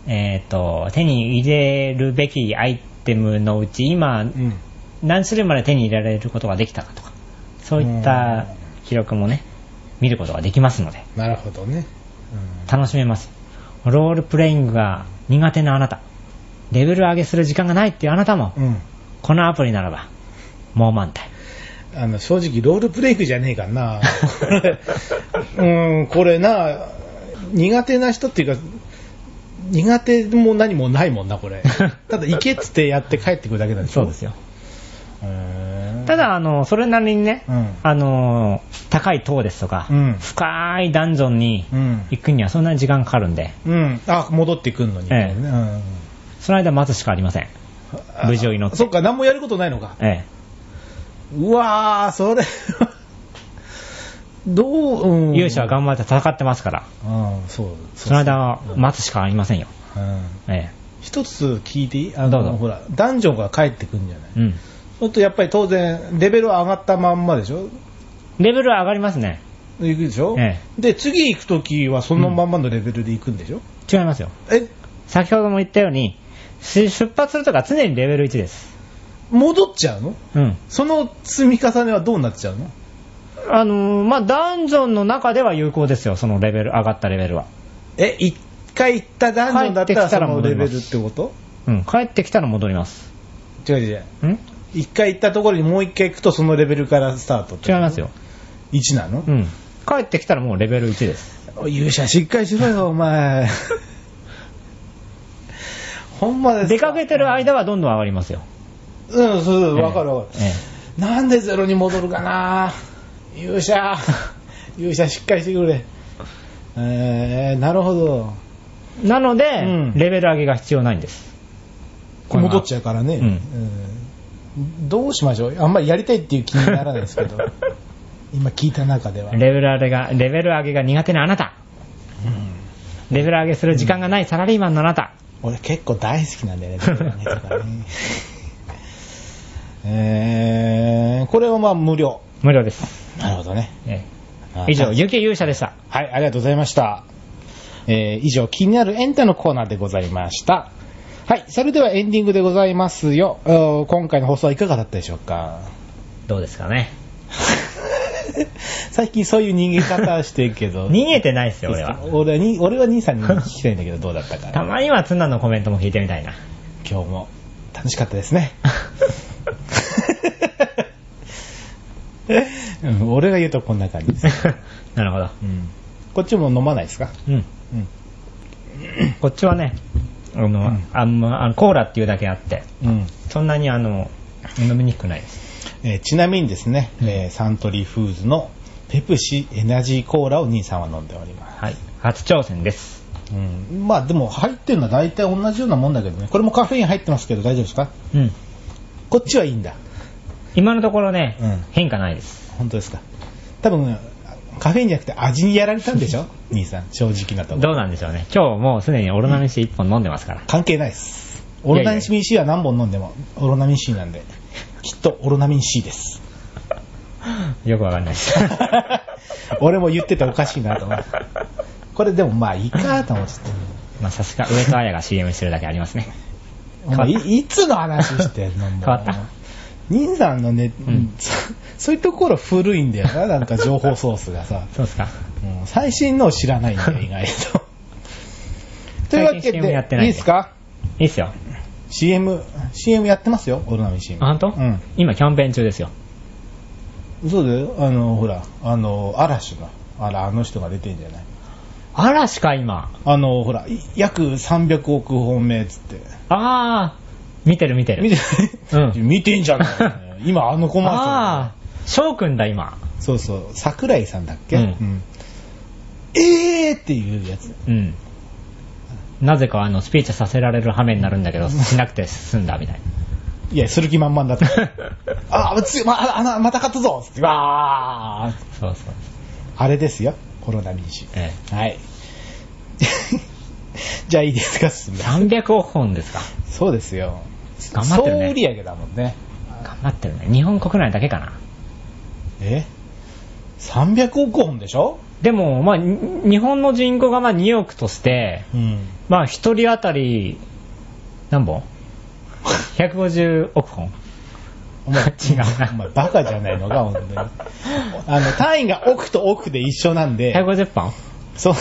Speaker 1: えっ、と、手に入れるべきアイテムのうち、今、
Speaker 2: うん。
Speaker 1: 何種類まで手に入れられることができたかとか、そういった記録もね、見ることができますので、
Speaker 2: なるほどね。
Speaker 1: 楽しめます。ロールプレイングが苦手なあなた、レベル上げする時間がないっていうあなたも
Speaker 2: う、ん。うん。
Speaker 1: このアプリならば、もう満点。
Speaker 2: あの、正直、ロールプレイクじゃねえか な。うん、これな、苦手な人っていうか、苦手も何もないもんな、こ れ。ただ、行けっつってやって帰ってくるだけなんでし
Speaker 1: そ
Speaker 2: ょ
Speaker 1: うですよ。
Speaker 2: へー
Speaker 1: た、だ、あの、それなりにね、
Speaker 2: うん
Speaker 1: あの、高い塔ですとか、
Speaker 2: うん
Speaker 1: 深いダンジョンに
Speaker 2: うん。
Speaker 1: 行くにはそんなに時間かかるんで、
Speaker 2: うん。あ、戻ってくんのに。
Speaker 1: ええ
Speaker 2: うん
Speaker 1: その間待つしかありません。
Speaker 2: あ
Speaker 1: 無事を祈って
Speaker 2: そっか、何もやることないのか。
Speaker 1: ええ。
Speaker 2: うわー、 それ、どう、うん。
Speaker 1: 勇者は頑張って戦ってますから、
Speaker 2: うん、そう。
Speaker 1: その間待つしかありませんよ。
Speaker 2: うん。
Speaker 1: え
Speaker 2: 一つ聞いていいあ
Speaker 1: どうぞ
Speaker 2: の、ほら、ダンジョンから帰ってくんじゃない
Speaker 1: え。うん。
Speaker 2: ちょっとやっぱり当然、レベルは上がったまんまでしょ
Speaker 1: レベルは上がりますね。
Speaker 2: 行くでしょ、
Speaker 1: え
Speaker 2: で、次行くときはそのまんまのレベルで行くんでしょ、
Speaker 1: 違いますよ。
Speaker 2: え、
Speaker 1: 先ほども言ったように、し出発するとか常にレベル1です。
Speaker 2: 戻っちゃうの
Speaker 1: うん。
Speaker 2: その積み重ねはどうなっちゃうの
Speaker 1: あのーまあ、ダンジョンの中では有効ですよ、そのレベル、上がったレベルは。
Speaker 2: え、一回行ったダンジョンだった
Speaker 1: 帰って
Speaker 2: ら
Speaker 1: きた
Speaker 2: そ
Speaker 1: ら
Speaker 2: の
Speaker 1: 戻
Speaker 2: レ
Speaker 1: りま
Speaker 2: ベ
Speaker 1: す
Speaker 2: ルってこと
Speaker 1: うん。帰ってきたら戻ります。
Speaker 2: 違う違う違うん
Speaker 1: 違い
Speaker 2: 一回行ったところにもう一回行くとそのレベルからスタートってこと
Speaker 1: ますよ。。
Speaker 2: 1なの
Speaker 1: う、ん。帰ってきたらもうレベル1です。
Speaker 2: おい勇者しっかりしろよ、お 前。ほんまですか
Speaker 1: 出かけてる間はどんどん上がりますよ。
Speaker 2: うん、そうそう、わかるわかる。
Speaker 1: ええ
Speaker 2: なんでゼロに戻るか な勇者、勇者しっかりしてくれ。えー、なるほど。
Speaker 1: なので、
Speaker 2: うん
Speaker 1: レベル上げが必要ないんです。
Speaker 2: 戻っちゃうからね、
Speaker 1: うん
Speaker 2: うんどうしましょうあんまりやりたいっていう気にならないですけ ど、今聞いた中では。
Speaker 1: レベル上げが、レベル上げが苦手なあなた。
Speaker 2: うん
Speaker 1: レベル上げする時間がないサラリーマンのあなた。
Speaker 2: 俺結構大好きなんだ よね、ゼロにとかねえー、これはまあ無料。
Speaker 1: 無料です。
Speaker 2: なるほどね。
Speaker 1: ええ以上、ゆき勇者でした。
Speaker 2: はい、ありがとうございました。えー以上、気になるエンタのコーナーでございました。はい、それではエンディングでございますよ。おー今回の放送はいかがだったでしょう か
Speaker 1: どうですかね。
Speaker 2: 最近そういう逃げ方してるけど。
Speaker 1: 逃げてないですよ、俺は。
Speaker 2: 俺はに、俺は兄さんに聞きたいんだけど、どうだったか
Speaker 1: た
Speaker 2: な。
Speaker 1: まにはツナのコメントも聞いてみたいな。
Speaker 2: 今日も楽しかったですね。うん俺が言うとこんな感じです。
Speaker 1: なるほど。
Speaker 2: うんこっちも飲まないですか
Speaker 1: うん。
Speaker 2: うん。
Speaker 1: こっちはね、あの、
Speaker 2: うん
Speaker 1: あんま、あのコーラっていうだけあって、
Speaker 2: うん
Speaker 1: そんなにあの、飲みにくくないです。
Speaker 2: えーちなみにですね、
Speaker 1: うん
Speaker 2: えーサントリーフーズのペプシエナジーコーラを兄さんは飲んでおります。
Speaker 1: はい。初挑戦です。
Speaker 2: うん、まあでも入ってるのは大体同じようなもんだけどね。これもカフェイン入ってますけど大丈夫ですか
Speaker 1: うん。
Speaker 2: こっちはいいんだ。
Speaker 1: 今のところね、
Speaker 2: うん
Speaker 1: 変化ないです。
Speaker 2: 本当ですか。多分、カフェインじゃなくて味にやられたんで しょ兄さん、正直なところ。
Speaker 1: どうなんでしょうね。今日もうすでにオロナミン C1 本飲んでま すから。
Speaker 2: 関係ないです。
Speaker 1: いや
Speaker 2: オ
Speaker 1: いや
Speaker 2: ロナミン C は何本飲んでも、オロナミン C なんで、きっとオロナミン C です。
Speaker 1: よくわかんないです。
Speaker 2: 俺も言ってておかしいなと思って。これでもまあいいかと思ってて。
Speaker 1: まあさすが上戸彩が CM してるだけありますね。
Speaker 2: お前いいつの話してんのもう
Speaker 1: 変わった
Speaker 2: 兄さんのね、
Speaker 1: うん
Speaker 2: そそういうところ古いんだよな、なんか情報ソースがさ。
Speaker 1: そうですか。
Speaker 2: うん最新のを知らないん だよ、意外と。というわけ
Speaker 1: 最近 CM やって
Speaker 2: で、
Speaker 1: ないい
Speaker 2: い
Speaker 1: んで
Speaker 2: ですか
Speaker 1: いいっすよ。
Speaker 2: ?CM、CM やってますよ、オロナミン CM。
Speaker 1: あ、本当？
Speaker 2: うん。
Speaker 1: 今キャンペーン中ですよ。
Speaker 2: そうだよ、あの、ほら、あの、嵐が、あら、あの人が出てんじゃない
Speaker 1: 嵐か、今。
Speaker 2: あの、ほら、い約300億本命っつって。
Speaker 1: あー、見てる見てる。
Speaker 2: 見て、
Speaker 1: うん
Speaker 2: 見てんじゃない今あのコマーシャルだよ。
Speaker 1: あー、翔くんだ、今。
Speaker 2: そうそう、桜井さんだっけ、
Speaker 1: うん
Speaker 2: うんえーっていうやつ。
Speaker 1: うん。なぜかあのスピーチさせられる羽目になるんだけど、しなくて済んだみたい
Speaker 2: いや、する気満々だった。 ああ、つま、ああなまた買ったぞつってわ
Speaker 1: な
Speaker 2: ー。
Speaker 1: そうそう。
Speaker 2: あれですよ、コロナ民主。
Speaker 1: え
Speaker 2: はい。 じゃあいいですか、進
Speaker 1: え、
Speaker 2: め。
Speaker 1: 300億本ですか。
Speaker 2: そうですよ。
Speaker 1: 頑張ってるね
Speaker 2: 総売上げだもんね。
Speaker 1: 頑張ってるね。日本国内だけかな。
Speaker 2: え ?300 億本でしょ
Speaker 1: でも、まあ、に日本の人口がまあ2億として、
Speaker 2: うん。
Speaker 1: まあ、1人当たり、何本 ?150 億本。
Speaker 2: お前
Speaker 1: 違うな
Speaker 2: お前バカじゃないのか、本 当に。あの、単位が億と億で一緒なんで、
Speaker 1: 150本
Speaker 2: そう。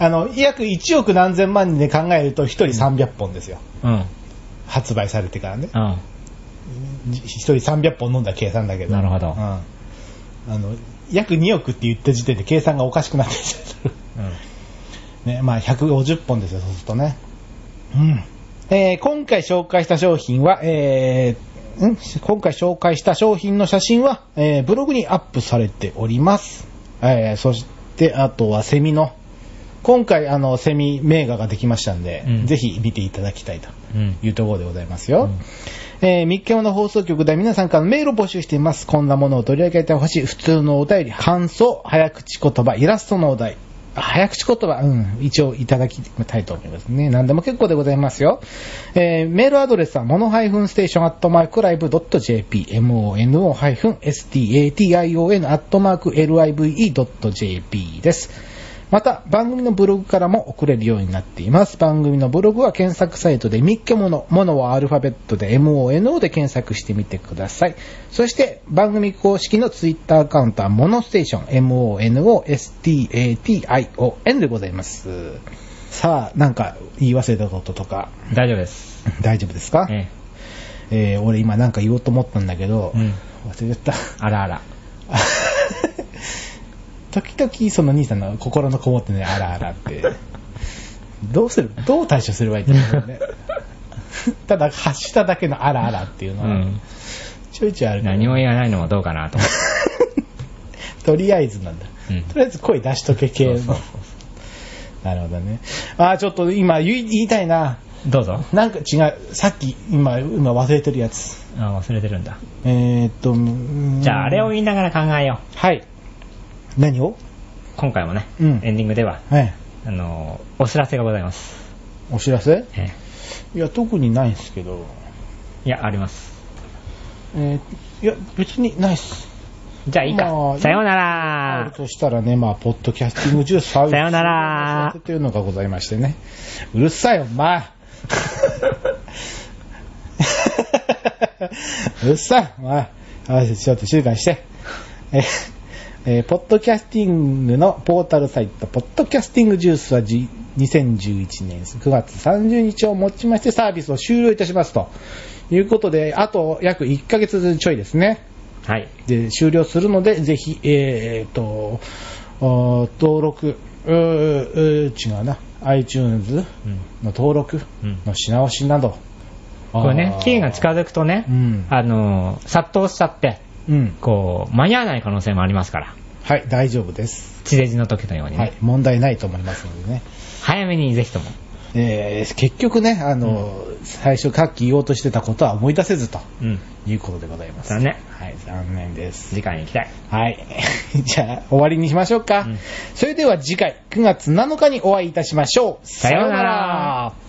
Speaker 2: あの、約1億何千万人で考えると1人300本ですよ。
Speaker 1: うん。
Speaker 2: 発売されてからね。
Speaker 1: うん。
Speaker 2: 一人300本飲んだ計算だけど。
Speaker 1: なるほど
Speaker 2: うん。あの、約2億って言った時点で計算がおかしくなってきちゃ
Speaker 1: う
Speaker 2: う。
Speaker 1: ん
Speaker 2: ね、まあ150本ですよ、そうするとね。うん。えー今回紹介した商品は、えーん今回紹介した商品の写真は、えーブログにアップされております。えーそして、あとはセミの、今回、あの、セミ名画ができましたんで、
Speaker 1: うん
Speaker 2: ぜひ見ていただきたいと。
Speaker 1: うん
Speaker 2: というところでございますよ。えー、三日の放送局では皆さんからのメールを募集しています。こんなものを取り上げてほしい。普通のお便り、感想、早口言葉、イラストのお題。あ早口言葉、うん、一応いただきたいと思いますね。何でも結構でございますよ。えー、メールアドレスは、モノハイフンステーションアットマークライブドット JP、mono ハイフン station アットマーク live ドット JP です。また、番組のブログからも送れるようになっています。番組のブログは検索サイトで、みっけもの、ものはアルファベットで、MONO で検索してみてください。そして、番組公式のツイッターアカウントは、モノステーション、MONOSTATION でございます。さあ、なんか言い忘れたこととか、
Speaker 1: 大丈夫です。
Speaker 2: 大丈夫ですか
Speaker 1: ええ。
Speaker 2: えー俺今なんか言おうと思ったんだけど、
Speaker 1: うん
Speaker 2: 忘れちゃった。
Speaker 1: あらあら。
Speaker 2: 時々その兄さんの心のこもってね、あらあらって。どうするどう対処すればいいんだろう ね。ただ、発しただけのあらあらっていう
Speaker 1: う
Speaker 2: のは、
Speaker 1: ん。
Speaker 2: ちょいちょいあるから、
Speaker 1: 何も言わないのもどうかなと思っ て。
Speaker 2: とりあえずなんだ。
Speaker 1: うん
Speaker 2: とりあえず声出しとけ系の。
Speaker 1: そうそう
Speaker 2: なるほどね。あーちょっと今言い言いたいな。
Speaker 1: どうぞ。
Speaker 2: なんか違う。さっき、今、今忘れてるやつ。
Speaker 1: あ忘れてるんだ。
Speaker 2: えーっと、うーん
Speaker 1: じゃあ、あれを言いながら考えよ
Speaker 2: はい。何を
Speaker 1: う。今回もね、
Speaker 2: うん
Speaker 1: エンディングでは、
Speaker 2: はい。
Speaker 1: あのー、お知らせがございます。
Speaker 2: お知らせ
Speaker 1: ええ
Speaker 2: いや、特にないんですけど。
Speaker 1: いや、あります。
Speaker 2: えーいや、別にないっす。
Speaker 1: じゃあいいか
Speaker 2: まあ。
Speaker 1: さような
Speaker 2: ある
Speaker 1: ら。
Speaker 2: としたらね、まあ、ポッドキャスティングジュースサウ
Speaker 1: さよなら
Speaker 2: というのがございましてね。うるさい、お 前。うるさい、お前。あちょっと静かにして。ええーポッドキャスティングのポータルサイト、ポッドキャスティングジュースはじ2011年9月30日をもちましてサービスを終了いたしますということで、あと約1ヶ月ちょいですね。
Speaker 1: はい。
Speaker 2: で終了するので、ぜひ、えー、と、あー登録、うーうー違うな、iTunes
Speaker 1: うん
Speaker 2: の登録
Speaker 1: うん
Speaker 2: のし直しなど。
Speaker 1: これね、期限が近
Speaker 2: う。
Speaker 1: づくとね、
Speaker 2: うん
Speaker 1: あのー、殺到しちゃって、
Speaker 2: うん。
Speaker 1: こう、間に合わない可能性もありますから。
Speaker 2: はい、大丈夫です。
Speaker 1: 地デジの時のようにね。
Speaker 2: はい、問題ないと思いますのでね。
Speaker 1: 早めにぜひとも。
Speaker 2: えー結局ね、あの、最初、さっき言おうとしてたことは思い出せずと
Speaker 1: うん。
Speaker 2: いうことでございます。
Speaker 1: 残念
Speaker 2: はい、残念です。
Speaker 1: 次回に行きたい。
Speaker 2: はい。 じゃあ、終わりにしましょうか。
Speaker 1: うん
Speaker 2: それでは次回、9月7日にお会いいたしましょう。
Speaker 1: さようなら。